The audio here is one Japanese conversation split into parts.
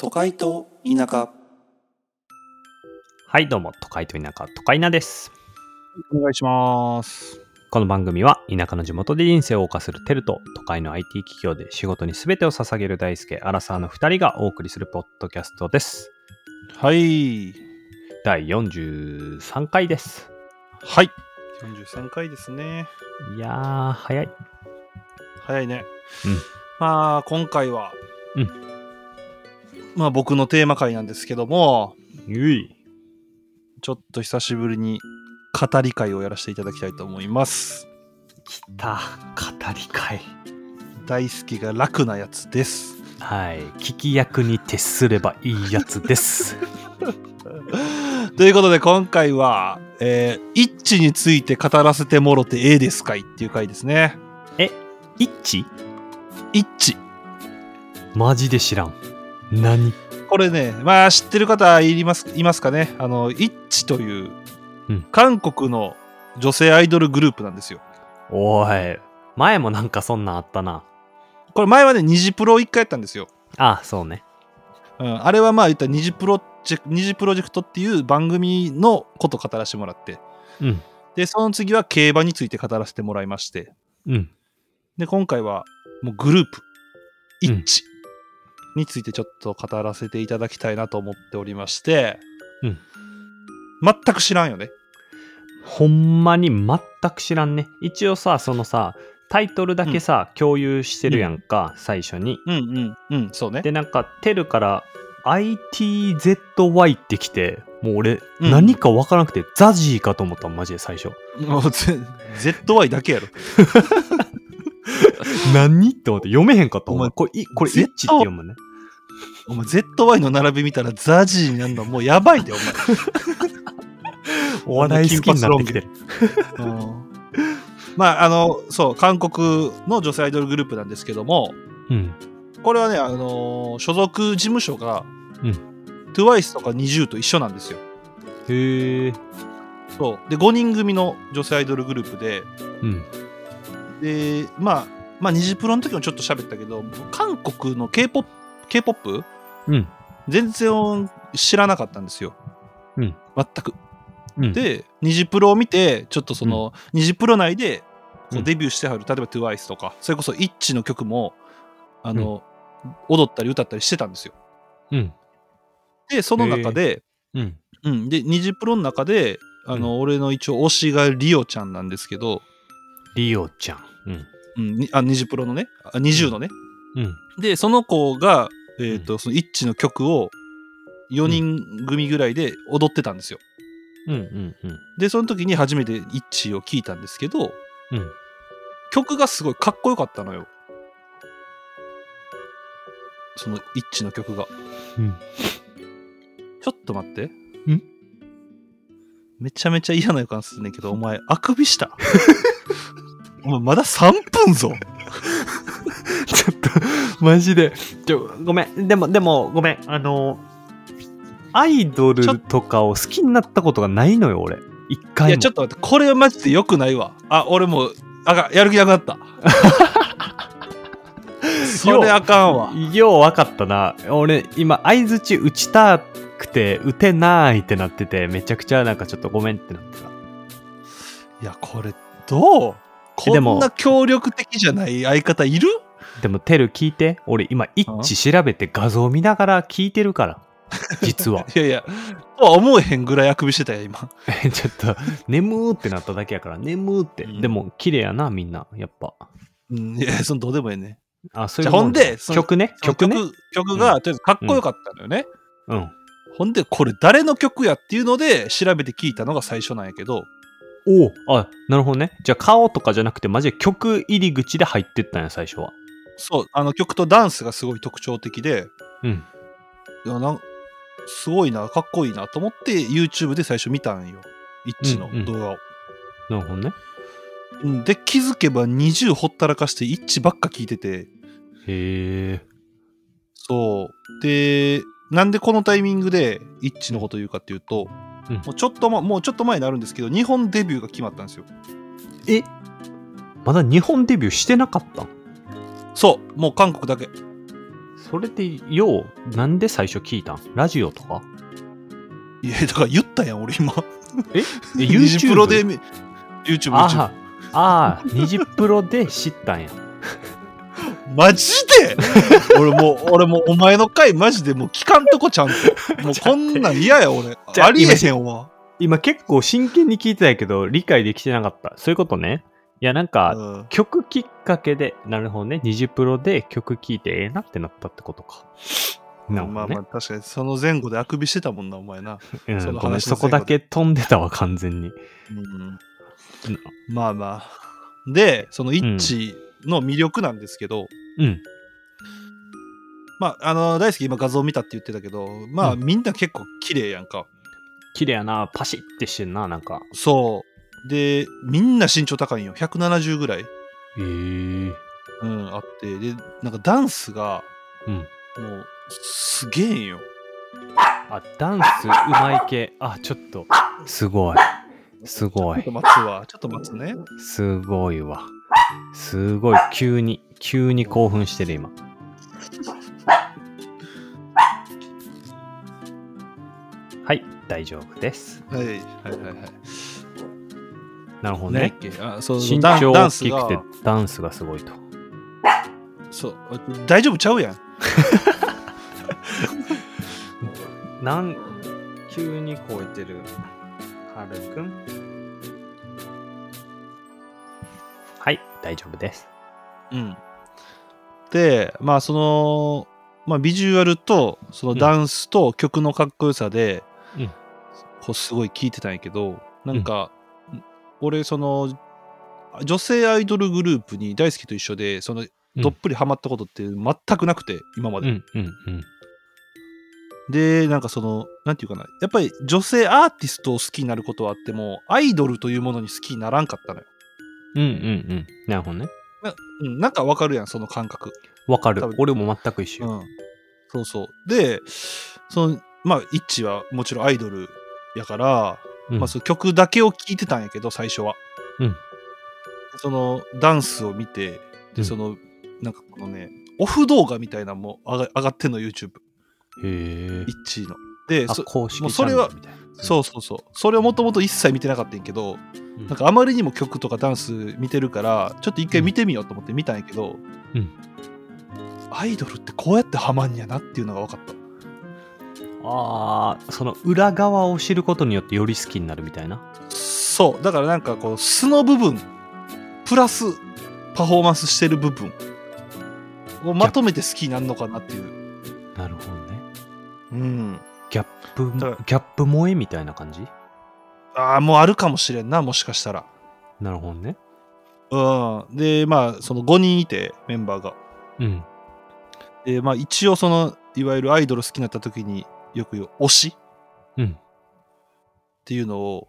都会と田舎はい、どうも、都会と田舎、都会なです。お願いします。この番組は、田舎の地元で人生を謳歌するテルと、都会の IT 企業で仕事に全てを捧げる大輔、アラサーの2人がお送りするポッドキャストです。はい。第43回です。はい。43回ですね。いやー、早い。早いね。うんまあ、今回は、うんまあ、僕のテーマ回なんですけども、ゆい。ちょっと久しぶりに語り会をやらせていただきたいと思います。来た、語り会。大好きが楽なやつです。 はい、聞き役に徹すればいいやつ です。ということで、今回は、えー、イッチについて語らせてもろてええですかいっていう回ですね。イッチイッチ。マジで知らん。何これね、まあ知ってる方いりますいますかね。あの、イッチといううん、韓国の女性アイドルグループなんですよ。おい、前もなんかそんなんあったな。これ前はね、ニジプロを1回やったんですよ。あ、そうね。うん、あれはまあ言ったらニジプロジェク、ニジプロジェクトっていう番組のこと語らせてもらって。うん、で、その次は競馬について語らせてもらいまして。うん。で、今回はもうグループ、イうんッチについてちょっと語らせていただきたいなと思っておりまして。うん全く知らんよね。ほんまに全く知らんね。一応さ、そのさ、タイトルだけさ、共有してるやんか、最初に。うんうん。うん、そうね。で、なんか、テルから ITZY ってきて、もう俺、うん何かわからなくて、ザジーかと思ったマジで最初。もうぜ ZY だけやろ。何って思って、読めへんかった。お前ほんまこれ、いこれ、イ絶ッチって読むね。お前 ZY の並び見たらザジーになるのもうやばいで、おお笑い好きになってきてる。前。うんまあ、あの、そう、韓国の女性アイドルグループなんですけども、うん。これはね、あのー所属事務所が、うん TWICE とか NiziU と一緒なんですよ。へえ。そう。で、5人組の女性アイドルグループで、うん。で、まあ、まあ、ニジプロの時もちょっと喋ったけど、韓国の K-POP、K-POP? うん。全然知らなかったんですよ。うん全く。うん、で、ニジプロを見て、ちょっとその、ニジプロ内でこううんデビューしてはる、例えば TWICE とか、それこそ ITCH の曲も、あの、踊ったり歌ったりしてたんですよ。うん。で、その中で、うん。うん、で、ニジプロの中で、あの、俺の一応推しがリオちゃんなんですけど、リオちゃん。うん。うん、にあ、ニジプロのね、あニジュのね。うん。で、その子が、えっ、うと、その ITCH の曲を、4人組ぐらいで踊ってたんですよ。うん。うん。うん。で、その時に初めてイッチーを聞いたんですけど、うん曲がすごいかっこよかったのよ。そのイッチーの曲が。うんちょっと待って。んめちゃめちゃ嫌な予感するねんけど、お前、あくびした。 お前、まだ3分ぞ。ちょっと、マジで。ちょ、ごめん。でも、でも、ごめん。あの、アイドルとかを好きになったことがないのよ、俺。一回も。いや、ちょっと待って。これはマジで良くないわ。あ、俺もう、あかん、やる気なくな った。それあかんわ。よう分かったな。俺、今、相づち打ちたくて、打てないってなってて、めちゃくちゃなんかちょっとごめんってなってた。いや、これ、どうこでもんな協力的じゃない相方いる。でも、テル聞いて。俺、今、一致調べて画像見ながら聞いてるから。実 はいやいや、とは思えへんぐらいあくびしてたよ、今。えちょっと、眠ーってなっただけやから、眠ーって。うんでも、綺麗やな、みんな。やっぱ。うん、いやいや、そのどうでもええね。あ、そうじいうゃあほんでもその曲ね。曲ね。曲曲が、とりあえずかっこよかったのよね。うん。ほんで、これ誰の曲やっていうので調べて聞いたのが最初なんやけど、おうあなるほどねじゃあ顔とかじゃなくてマジで曲入り口で入ってったんや最初はそう、あの曲とダンスがすごい特徴的で、うんいやなんすごいな、かっこいいなと思って、YouTube で最初見たんよ。イッチのうんうん動画を。なるほどねうんで、気づけば20ほったらかして、イッチばっか聞いてて、へえそう。で、なんでこのタイミングでイッチのこと言うかっていうと、うんもうちょっとま、もうちょっと前になるんですけど、日本デビューが決まったんですよ。えまだ日本デビューしてなかったんそう、もう韓国だけ。それで、よう、なんで最初聞いたんラジオとかいや、だから言ったやん、俺今。え ニジプロで、み YouTube、YouTube。ああ、ああ、ニジプロで知ったんや。マジで俺もう、俺もうお前の回マジでもう聞かんとこちゃんと。もうこんなん嫌や、俺。じゃあありえへんわ。 今結構真剣に聞いてたんやけど、理解できてなかった。そういうことね。いや、なんか、うん曲きっかけで、なるほどね、ニジプロで曲聴いてええなってなったってことか。なるほまあどねまあ、確かにその前後であくびしてたもんな、お前な。うんその話のごめん最そ後こだけ飛んでたわ、完全に。うん、まあまあ。で、そのイッチの魅力なんですけど、うん。まあ、あの、大好き今画像見たって言ってたけど、まあ、うんみんな結構綺麗やんか。綺麗やな、パシッってしてんな、なんか。そう。で、みんな身長高いんよ。170ぐらい、ええうん、あって。で、なんかダンスが、うんもう、すげえんよ。あ、ダンスうまい系。あ、ちょっと、すごい。すごちょっいと。待つわ。ちょっと待つね。すごいわ。すごい、急に、急に興奮してる、今。はい、大丈夫です。はい。はいはいはい。なるほど何やねっ。けあそう身ダン長ダ大ンスきがくてダンスがすごいと。そう。大丈夫ちゃうやん。なん、急に超えてる。はるくん。はい、大丈夫です。うん。で、まあその、まあビジュアルと、そのダンスと曲のかっこよさで、うんこうすごい聴いてたんやけど、なんか、俺その、女性アイドルグループに大好きと一緒で、その、どっぷりハマったことって全くなくて、今まうで。んうんうん。で、なんかその、なんていうかな、やっぱり女性アーティストを好きになることはあっても、アイドルというものに好きにならんかったのよ。うんうんうん。なるほどね。うん、なんかわかるやん、その感覚。わか多る分。俺も全く一緒。うん、そうそうでそのまあイッチはもちろんアイドルやから、うんまあ、その曲だけを聴いてたんやけど最初は、うんそのダンスを見てうんでその、なんかこのねオフ動画みたいなのも上が上がってんの YouTube へえイ。ッチのであ、そ公式もうチそャンネれルはみたいな。そうそうそうそれをもともと一切見てなかったんやけど、うん。なんかあまりにも曲とかダンス見てるからちょっと一回見てみようと思って見たんやけど、うんアイドルってこうやってハマんやなっていうのが分かったああ、その裏側を知ることによってより好きになるみたいな。そうだからなんかこう素の部分プラスパフォーマンスしてる部分をまとめて好きになるのかなっていう、なるほどね。うん、ギャップ、ギだャからップ萌えみたいな感じああもうあるかもしれんなもしかしたら、なるほどね。うん、でまあその5人いてメンバーがうん。で、まあ、一応そのいわゆるアイドル好きになった時によく言う推しうん。っていうのを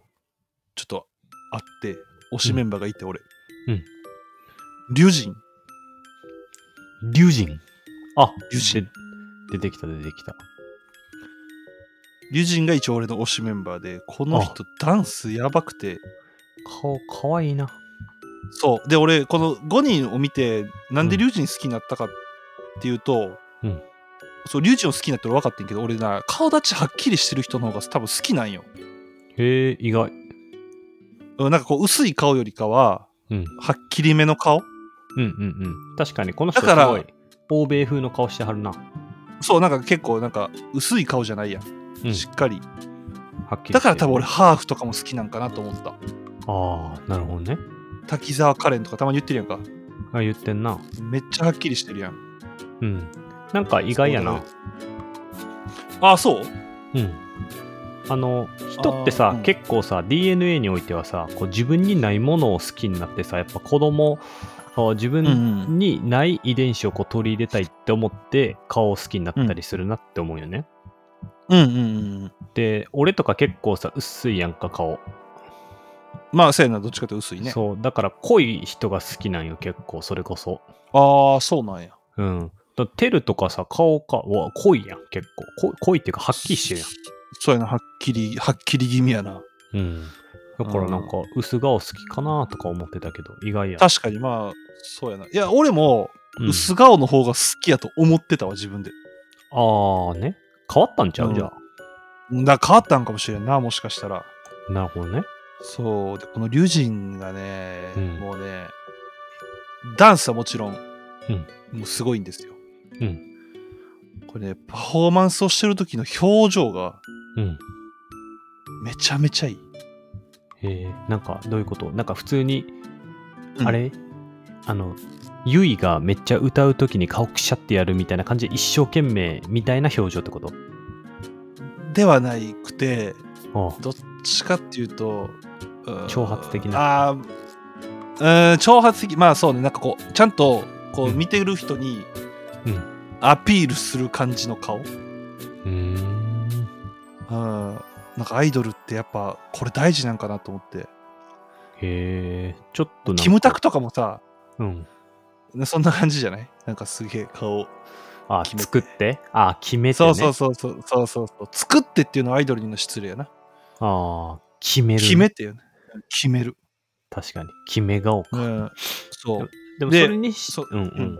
ちょっとあって推しメンバーがいて俺うん龍神龍神。あ、龍神で出てきた出てきた。龍神が一応俺の推しメンバーでこの人ダンスやばくて顔かわいいな。そうで俺この5人を見てなんで龍神好きになったかっていうと、うんそう龍神を好きになったら分かってんけど俺な顔立ちはっきりしてる人の方が多分好きなんよへえ、意外。うんなんかこう薄い顔よりかはうん。はっきりめの顔うんうんうん。確かに、この人すだからごい、欧米風の顔してはるな。そうなんか結構なんか薄い顔じゃないやん、うん。しっかりはっきりしてるだから多分俺。ハーフとかも好きなんかなと思ったああ、なるほどね。滝沢カレンとかたまに言ってるやんかあ、言ってんな。めっちゃはっきりしてるやんうん。なんか意外やな。あそううん。あの、人ってさ、あーうん結構さ、DNA においてはさ、こう自分にないものを好きになってさ、やっぱ子供、あ自うんう分んにない遺伝子をこう取り入れたいって思って、顔を好きになったりするなって思うよね。うんうんうんで、俺とか結構さ、薄いやんか、顔。まあせやなどっちかって薄いねそう、だから濃い人が好きなんよ、結構、それこそ。ああそうなんやうん。だテルとかさ、顔か、うわ、濃いやん、結構。濃い濃いっていうか、はっきりしてるやん。そうやなはっきりはっきり気味やなうん。だからなんか、薄顔好きかなとか思ってたけど、意外や。確かにまあそうやないや俺もうん薄顔の方が好きやと思ってたわ自分でああね。変わったんちゃう、うんじゃあ。だから変わったんかもしれんなもしかしたらなるほどね。そうでこの龍神がね、うんもうねダンスはもちろん、うんもうすごいんですよ、うんこれねパフォーマンスをしてる時の表情がうん。めちゃめちゃいいえー、なんかどういうことなんか普通に、うんあれあの、ゆいがめっちゃ歌うときに顔くしゃってやるみたいな感じで一生懸命みたいな表情ってことではないくてあどっちかっていうとうん挑発的なあーうーん挑発的まあそうねなんかこうちゃんとこううん見てる人にうんアピールする感じの顔、あ。うーん。うんなんかアイドルってやっぱこれ大事なんかなと思ってへえー、ちょっとなんかキムタクとかもさうん。そんな感じじゃないなんかすげえ顔あ、決めて作って。あ、決めて、そね。うそうそうそうそうそうそう作ってっていうのはアイドルにの失礼やなああ、決める。決めてよね決める、確かに。決め顔か。うん、そうでもそでれにしそうんううんん。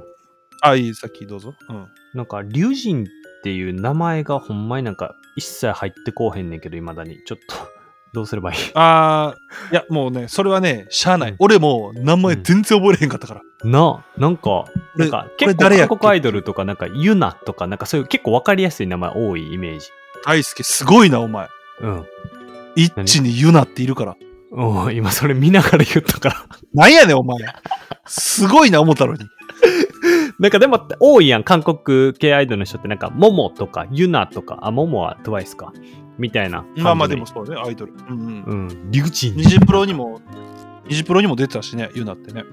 あいいさっきどうぞうんなんか、龍神っていう名前がほんまになんか一切入ってこうへんねんけど、いまだに。ちょっと、 どうすれ ばいいあーいやもうねそれはねしゃあない、うん俺もう名前全然覚えれへんかったから、な、なんか、俺なんかこ結れ構誰やっ韓け国アイドルとか、なんかユナとか、なんかそういう結構わかりやすい名前多いイメージ。大輔すごいなお前うん。一致にユナっているからうん、 今それ見ながら言ったから。なんやねんお前すごいな思ったのになんかでも多いやん、韓国系アイドルの人ってなんか、モモとかユナとか、あ、モモは TWICE か。みたいな。まあまあでも。そうねアイドルうんうんうん、リュウジン。ニジプロにも、ニジプロにも出てたしね、ユナってね。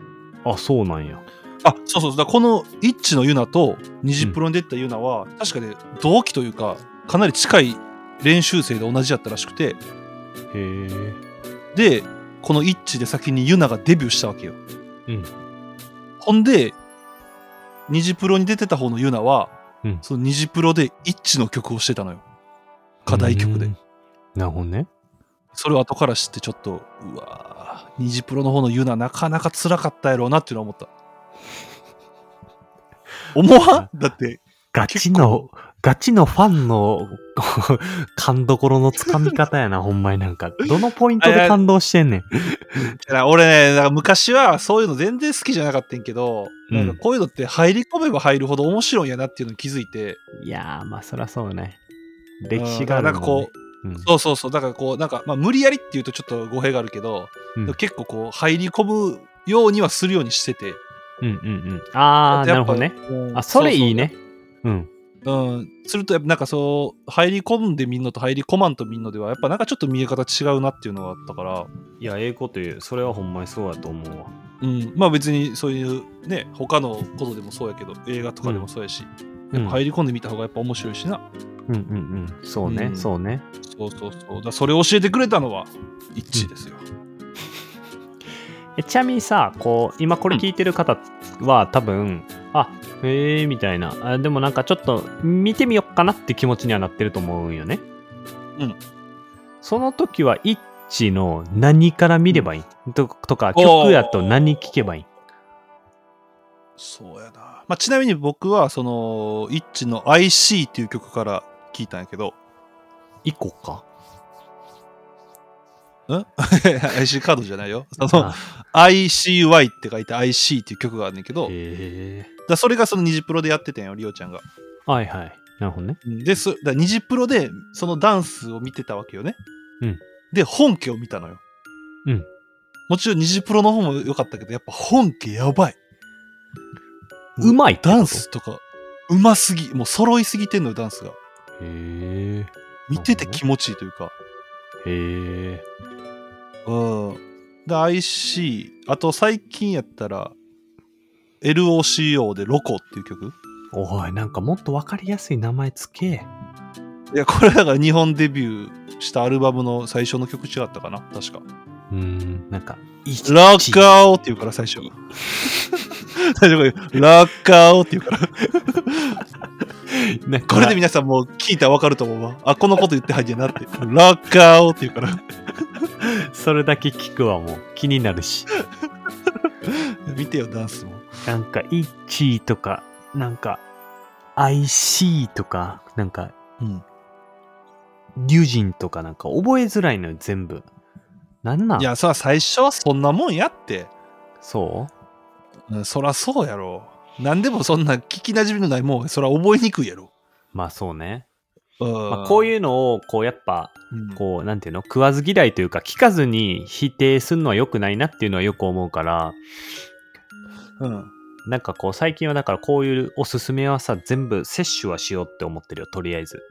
あ、そうなんや。あ、そうそう、だからこのイッチのユナとニジプロに出てたユナは、確かね、同期というか、かなり近い練習生で同じやったらしくて、へえ。で、このイッチで先にユナがデビューしたわけよ。うん。ほんで、ニジプロに出てた方のユナは、うんそのニジプロでイッチの曲をしてたのよ。課題曲でう。ん。なるほどね。それを後から知ってちょっと、うわぁ、ニジプロの方のユナなかなか辛かったやろうなっていうのは思 った。思わんだって、ガチの、ガチのファンの、こう勘どころのつかみ方 やな、ほんまになんか。どのポイントで感動してんねん。俺ね、なんか昔はそういうの全然好きじゃなかったんやけど、うんなんかこういうのって入り込めば入るほど面白いんやなっていうのに気づいて、いやー、まあそりゃそうね。歴史があうるんなんかこう、う、うん、そうそうそう、だからこう、なんか、まあ無理やりっていうとちょっと語弊があるけど、うん結構こう、入り込むようにはするようにしてて。うんうんうん。ああー、とやなるっぱほどね。うんあ、それいいね。うん。うん、するとやっぱなんかそう入り込んでみんのと入り込まんとみんのではやっぱなんかちょっと見え方違うなっていうのがあったから、いや、ええこと言う。それはほんまにそうやと思うわ。うん、まあ別にそういうね他のことでもそうやけど映画とかでもそうやし、うん、入り込んでみた方がやっぱ面白いしなうんうんうん。そうね、うんそうね。そうそうそうだからそれを教えてくれたのは一致ですよ、えちなみにさ、こう、今これ聞いてる方は多分、あ、えーみたいな。あでもなんかちょっと見てみよっかなって気持ちにはなってると思うんよね。うん。その時は、イッチの何から見ればいい、ととか、おー曲やと何聴けばいいそうやな、まあ、ちなみに僕はその一致の「IC」っていう曲から聞いたんやけ ど一個か。 IC カードじゃないよそのあ ICY って書いて IC っていう曲があるんだけど、へえだからそれがそのニジプロでやってたんよ、リオちゃんが。はいはい。なるほどね。で、そだからニジプロでそのダンスを見てたわけよね。うんで、本家を見たのよ。うんもちろんニジプロの方も良かったけど、やっぱ本家やばい。うまいってことダンスとか、うますぎ。もう揃いすぎてんのよ、ダンスが。へ見てて気持ちいいというか。え。へえ。うん。で、IC、あと最近やったら、LOCO でロコっていう曲おい、なんかもっとわかりやすい名前つけ。いや、これだから日本デビューしたアルバムの最初の曲違ったかな確か。うーん、なん か、イッラッカーオって言うから最初。大丈夫かよラッカーオって言うから。なんかこれで 皆さんもう聞いたらわかると思うわ。あ、このこと言ってはいんやなって。ラッカーオって言うから。それだけ聞くわ、もう。気になるし。見てよ、ダンスも。なんか、イッチーとか、なんか、IC とか、なんか、うん。リュジンとかなんか覚えづらいのよ、全部。なんなんいや、さ、最初はそんなもんやって。そううん、そらそうやろ。何でもそんな聞き馴染みのないもん、そら覚えにくいやろ。まあそうね。うんまあ、こうういうのを、こうやっぱ、ん、こう、なんていうの食わず嫌いというか、聞かずに否定するのは良くないなっていうのはよく思うから、うん。なんかこう、最近はだからこういうおすすめはさ、全部摂取はしようって思ってるよ、とりあえず。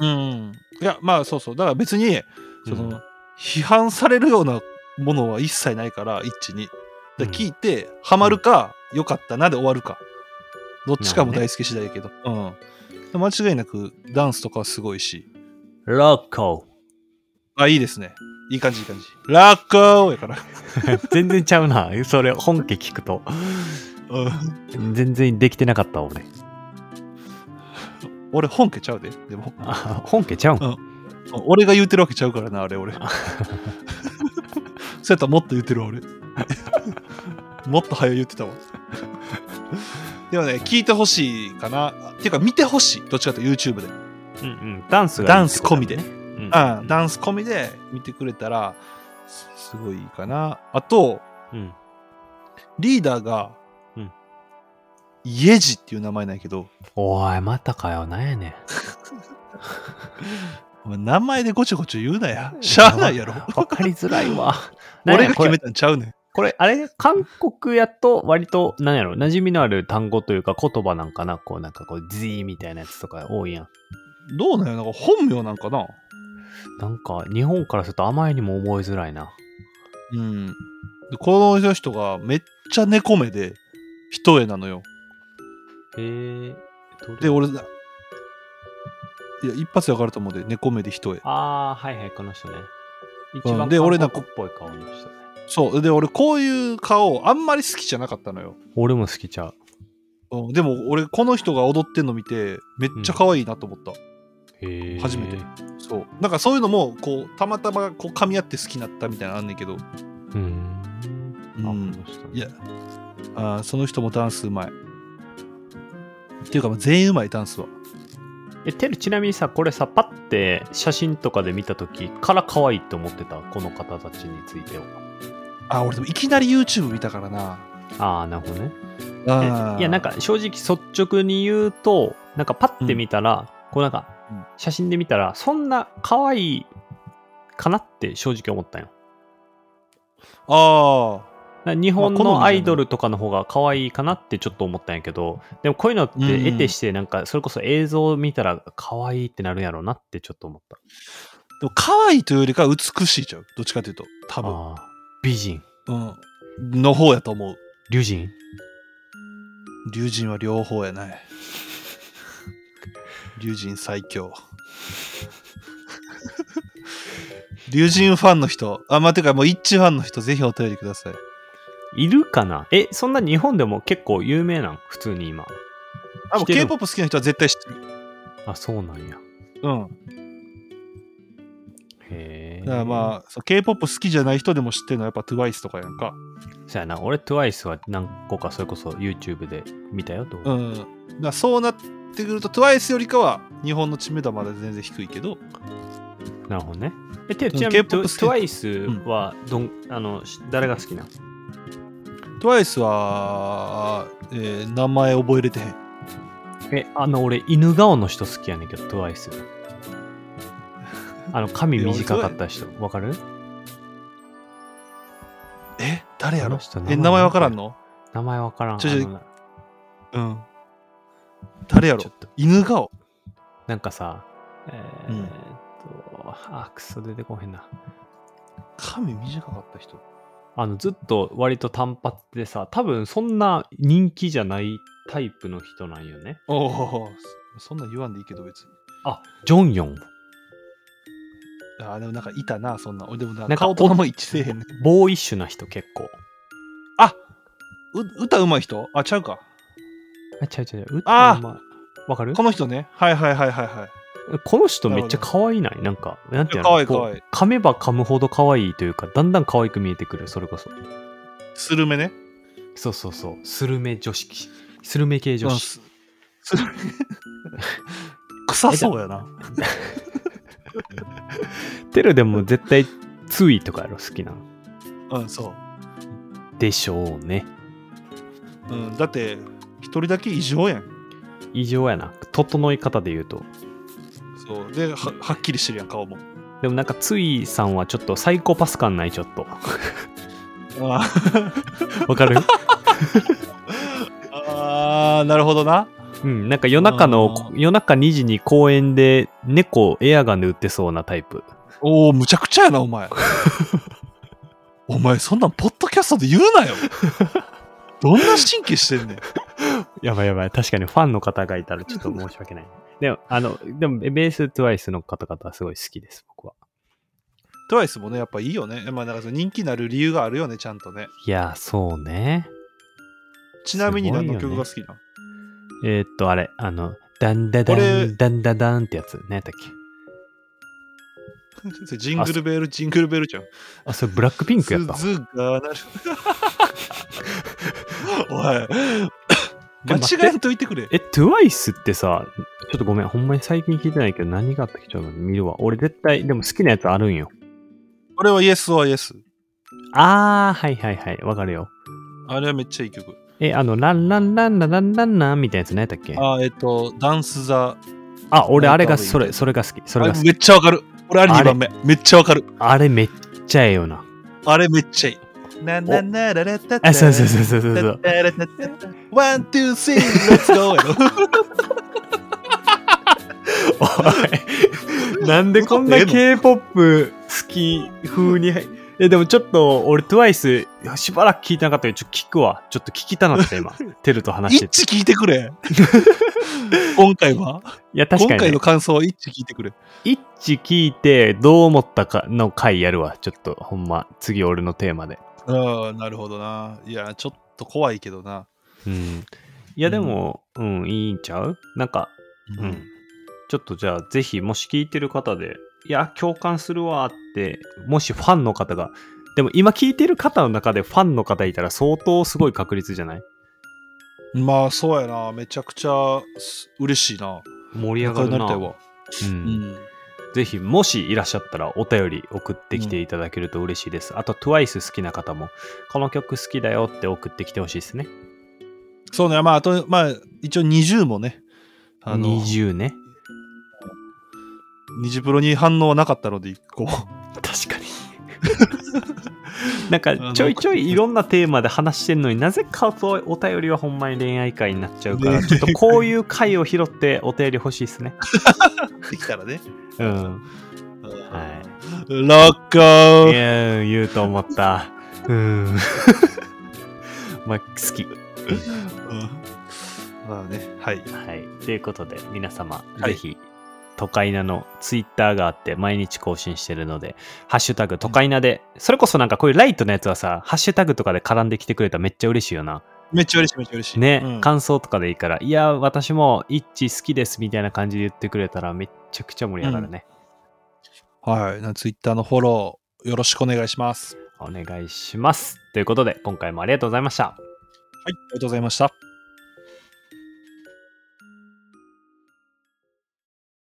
うん。いや、まあそうそう。だから別に、その、うん批判されるようなものは一切ないから、一致に。うだんから聞いて、ハマるか、良かったなで終わるか。どっちかもなるほどね大好き次第やけど。うん。間違いなく、ダンスとかはすごいし。ロッコあ、いいですね。いい感じ、いい感じ。ラッコーやから。 全然ちゃうな。それ、本家聞くと。うん。全然できてなかった、俺。 俺、本家ちゃうで。でも、あ本家ちゃうんうん俺が言うてるわけちゃうからな、あれ、 俺。そうやったらもっと言ってるわ、俺。もっと早い言ってたわ。でもね、聞いてほしいかな。っていうか、見てほしい。どっちかというと YouTube で。うんうん。ダンスがダンス込みで。ううんん、ダンス込みで見てくれたら、すすごいかな。あと、うん。リーダーが、うんイエジっていう名前なんやけど、おい、またかよ、なんやねん。お前名前でごちょごちょ言うなや。しゃあないやろ。わかりづらいわ。な ん俺やがこ決れめたんちゃうねん。これ、あれ、韓国やと割と、なんやろ、馴染みのある単語というか言葉なんかな、こう、なんかこう、Z みたいなやつとか多いやん。どうなんやなんか本名なんかななんか、日本からするとあまりにも覚えづらいな。うん。でこの人がめっちゃ猫目で、一重なのよ。へえ。で、俺、いや、一発でわかると思うで、猫目で一重。ああ、はいはい、この人ね。一う番んで俺なんか韓国っぽい顔の人ね。そう。で、俺、こういう顔、あんまり好きじゃなかったのよ。俺も好きちゃう。うん、でも、俺、この人が踊ってんの見て、めっちゃ可愛いなと思った。へえ。初めてそう。なんか、そういうのも、こう、たまたま、こう、噛み合って好きになったみたいなのあんねんけど。うん。あ、こうんの人ねいや、あーその人もダンスうまい。っていうか、まあ全員うまい、ダンスは。え、てる、ちなみにさ、これさ、パッて写真とかで見たときから可愛いって思ってた、この方たちについては。あー、俺、でも、いきなり YouTube 見たからな。ああ、なるほどね。あーいや、なん、か正直率直に言うと、なんかパッて見たら、こうなんかうん、写真で見たら、そんな可愛いかなって正直思ったよ。ああ。な日本まあ好みじゃのなアいイドルとかの方が可愛いかなってちょっと思ったんやけど、でもこういうのってうん得てして、なんかそれこそ映像を見たら可愛いってなるんやろうなってちょっと思った。でも可愛いというよりかは美しいちゃう。どっちかというと。多分。ああ、美人、うん。の方やと思う。龍人、龍神は両方やない。龍神最強。龍神ファンの人。あ、まあ、てかもう一致ファンの人、ぜひお便りください。いるかなえ、そんな日本でも結構有名なん普通に今。あ、もう知ってる K-POP 好きな人は絶対知ってる。あ、そうなんや。うん。へえ。だからまあ、そう K-POP 好きじゃない人でも知ってるのはやっぱ TWICE とかやんか。そうやな、俺 TWICE は何個かそれこそ YouTube で見たよ、動う画。ん。だからそうなってくると TWICE よりかは日本の知名度はまだ全然低いけど、なるほどね。え、てうんちなみに K-POP 好き TWICE はどん、あの、し誰が好きなの TWICE は、えー名前覚えれてへん。え、あの、俺、犬顔の人好きやねんけど、TWICE。あの、髪短かった人、わかるえ誰やあのろ人え名前わからんの名前わからん。ちょちょあのなうん。誰やろちょっと犬顔。なんかさ、えーうんえーっと、あ、くそ出てこへんな。髪短かった人。あの、ずっと割と単発でさ、多分そんな人気じゃないタイプの人なんよね。おお、そそんなん言わんでいいけど別に。あ、ジョンヨン。あーでもなんかいたな、そんな。俺でもななんか顔と名前一致せえへんね。ボーイッシュな人結構。う歌うまい人あ、ちゃうか。あ、ちゃうちゃうちゃう。あー歌うまいわかるこの人ね。はいはいはいはいはい。この人めっちゃ可愛いないなんか、なんていうの可愛いこう可愛い噛めば噛むほど可愛いというか、だんだん可愛く見えてくる、それこそ。スルメね。そうそうそう。スルメ女子。スルメ系女あ子。す 臭そうやな。テルでも絶対、ついとかやろ、好きなの。うん、そでしょうね。う。うん、だって、一人だけ異常やん。異常やな。整い方で言うと。そう。で、ははっきりしてるやん、顔も。でもなんか、ついさんはちょっとサイコパス感ない、ちょっと。あわか るーあー、なるほどな。うん。なんか夜中のあ、夜中2時に公園で猫をエアガンで撃ってそうなタイプ。おお、むちゃくちゃやな、お前。 お前、そんなん、ポッドキャストで言うなよ。どんな神経してんねん。やばいやばい。確かにファンの方がいたらちょっと申し訳 ない。でも、あの、でも、ベース TWICE の方々はすごい好きです、僕は。トワイスもね、やっぱいいよね。まあ、なんかその人気になる理由があるよね、ちゃんとね。いや、そうね。ちなみに何のすご曲いよねが好きなの、えーっと、あれ、あの、ダンダダこれン、ダンダダンってやつ。何やったっけそれジングルベール、ジングルベールじゃん。あ、それブラックピンクやった。鈴が なる。おい、え待って間違えんといてくれ。え、TWICE ってさ、ちょっとごめん、ほんまに最近聞いてないけど何があったっけちょっと見るわ。俺絶対、でも好きなやつあるんよ。これは Yes or Yes。あー、はいはいはい、わかるよ。あれはめっちゃいい曲。え、あの、ランランランランランランランみたいなやつ何やったっけああー、えっと、ダンスザ。俺あれが、なんかそれ、それが好き。それあがれ好き。めっちゃわかる。俺あれ2番目。めっちゃわかる。あれめっちゃええよな。あれめっちゃいい。なななららたたあ、そうそうそうそうそう そう。たたたたたワン、ツー、スリー、レッツゴー。 おいなんでこんな K-POP 好き風に。え、でもちょっと俺 TWICE いやしばらく聞いてなかったけど、ちょっと聞くわ。ちょっと聞きた なって今、テルと話してて。一致聞いてく れ。今回はいや、確今かに、ね回の。感想は一致聞いてくれ。一致聞いてどう思ったかの回やるわ。ちょっとほんま、次俺のテーマで。ああ、なるほどな。いや、ちょっと怖いけどな。うん。いや、でも、うん、いいんちゃうなんか、うん。ちょっとじゃあ、ぜひ、もし聞いてる方で、いや、共感するわーって、もしファンの方が、でも今聞いてる方の中でファンの方いたら相当すごい確率じゃないまあ、そうやな。めちゃくちゃす嬉しいな。盛り上がる仲な。良くりたいわ。ううんん。ぜひ、もしいらっしゃったらお便り送ってきていただけると嬉しいです。あと、TWICE 好きな方も、この曲好きだよって送ってきてほしいですね。そうね。まあ、あと、まあ、一応20もね。あの、20 20ね。プロに反応はなかったので、こう。確かに。なんかちょいちょいいろんなテーマで話してんのになぜかとお便りはほんまに恋愛会になっちゃうから恋愛ちょっとこういう回を拾ってお便り欲しいですね。できたらね。うん。は。はいロッコいーや言うと思った。うん。 まあ好き。うんまあね、はい。はい。ということで皆様、はいぜひ都会なのツイッターがあって毎日更新してるので「ハッシュタグ都会なで」それこそなんかこういうライトのやつはさハッシュタグとかで絡んできてくれたらめっちゃ嬉しいよな。めっちゃ嬉しい、めっちゃ嬉しい。ね、うん感想とかでいいから、いや、私もイッチ好きですみたいな感じで言ってくれたらめっちゃくちゃ盛り上がるね。はい。なツイッターのフォロー、よろしくお願いします。はい。お願いします。ということで、今回もありがとうございました。ありがとうございました。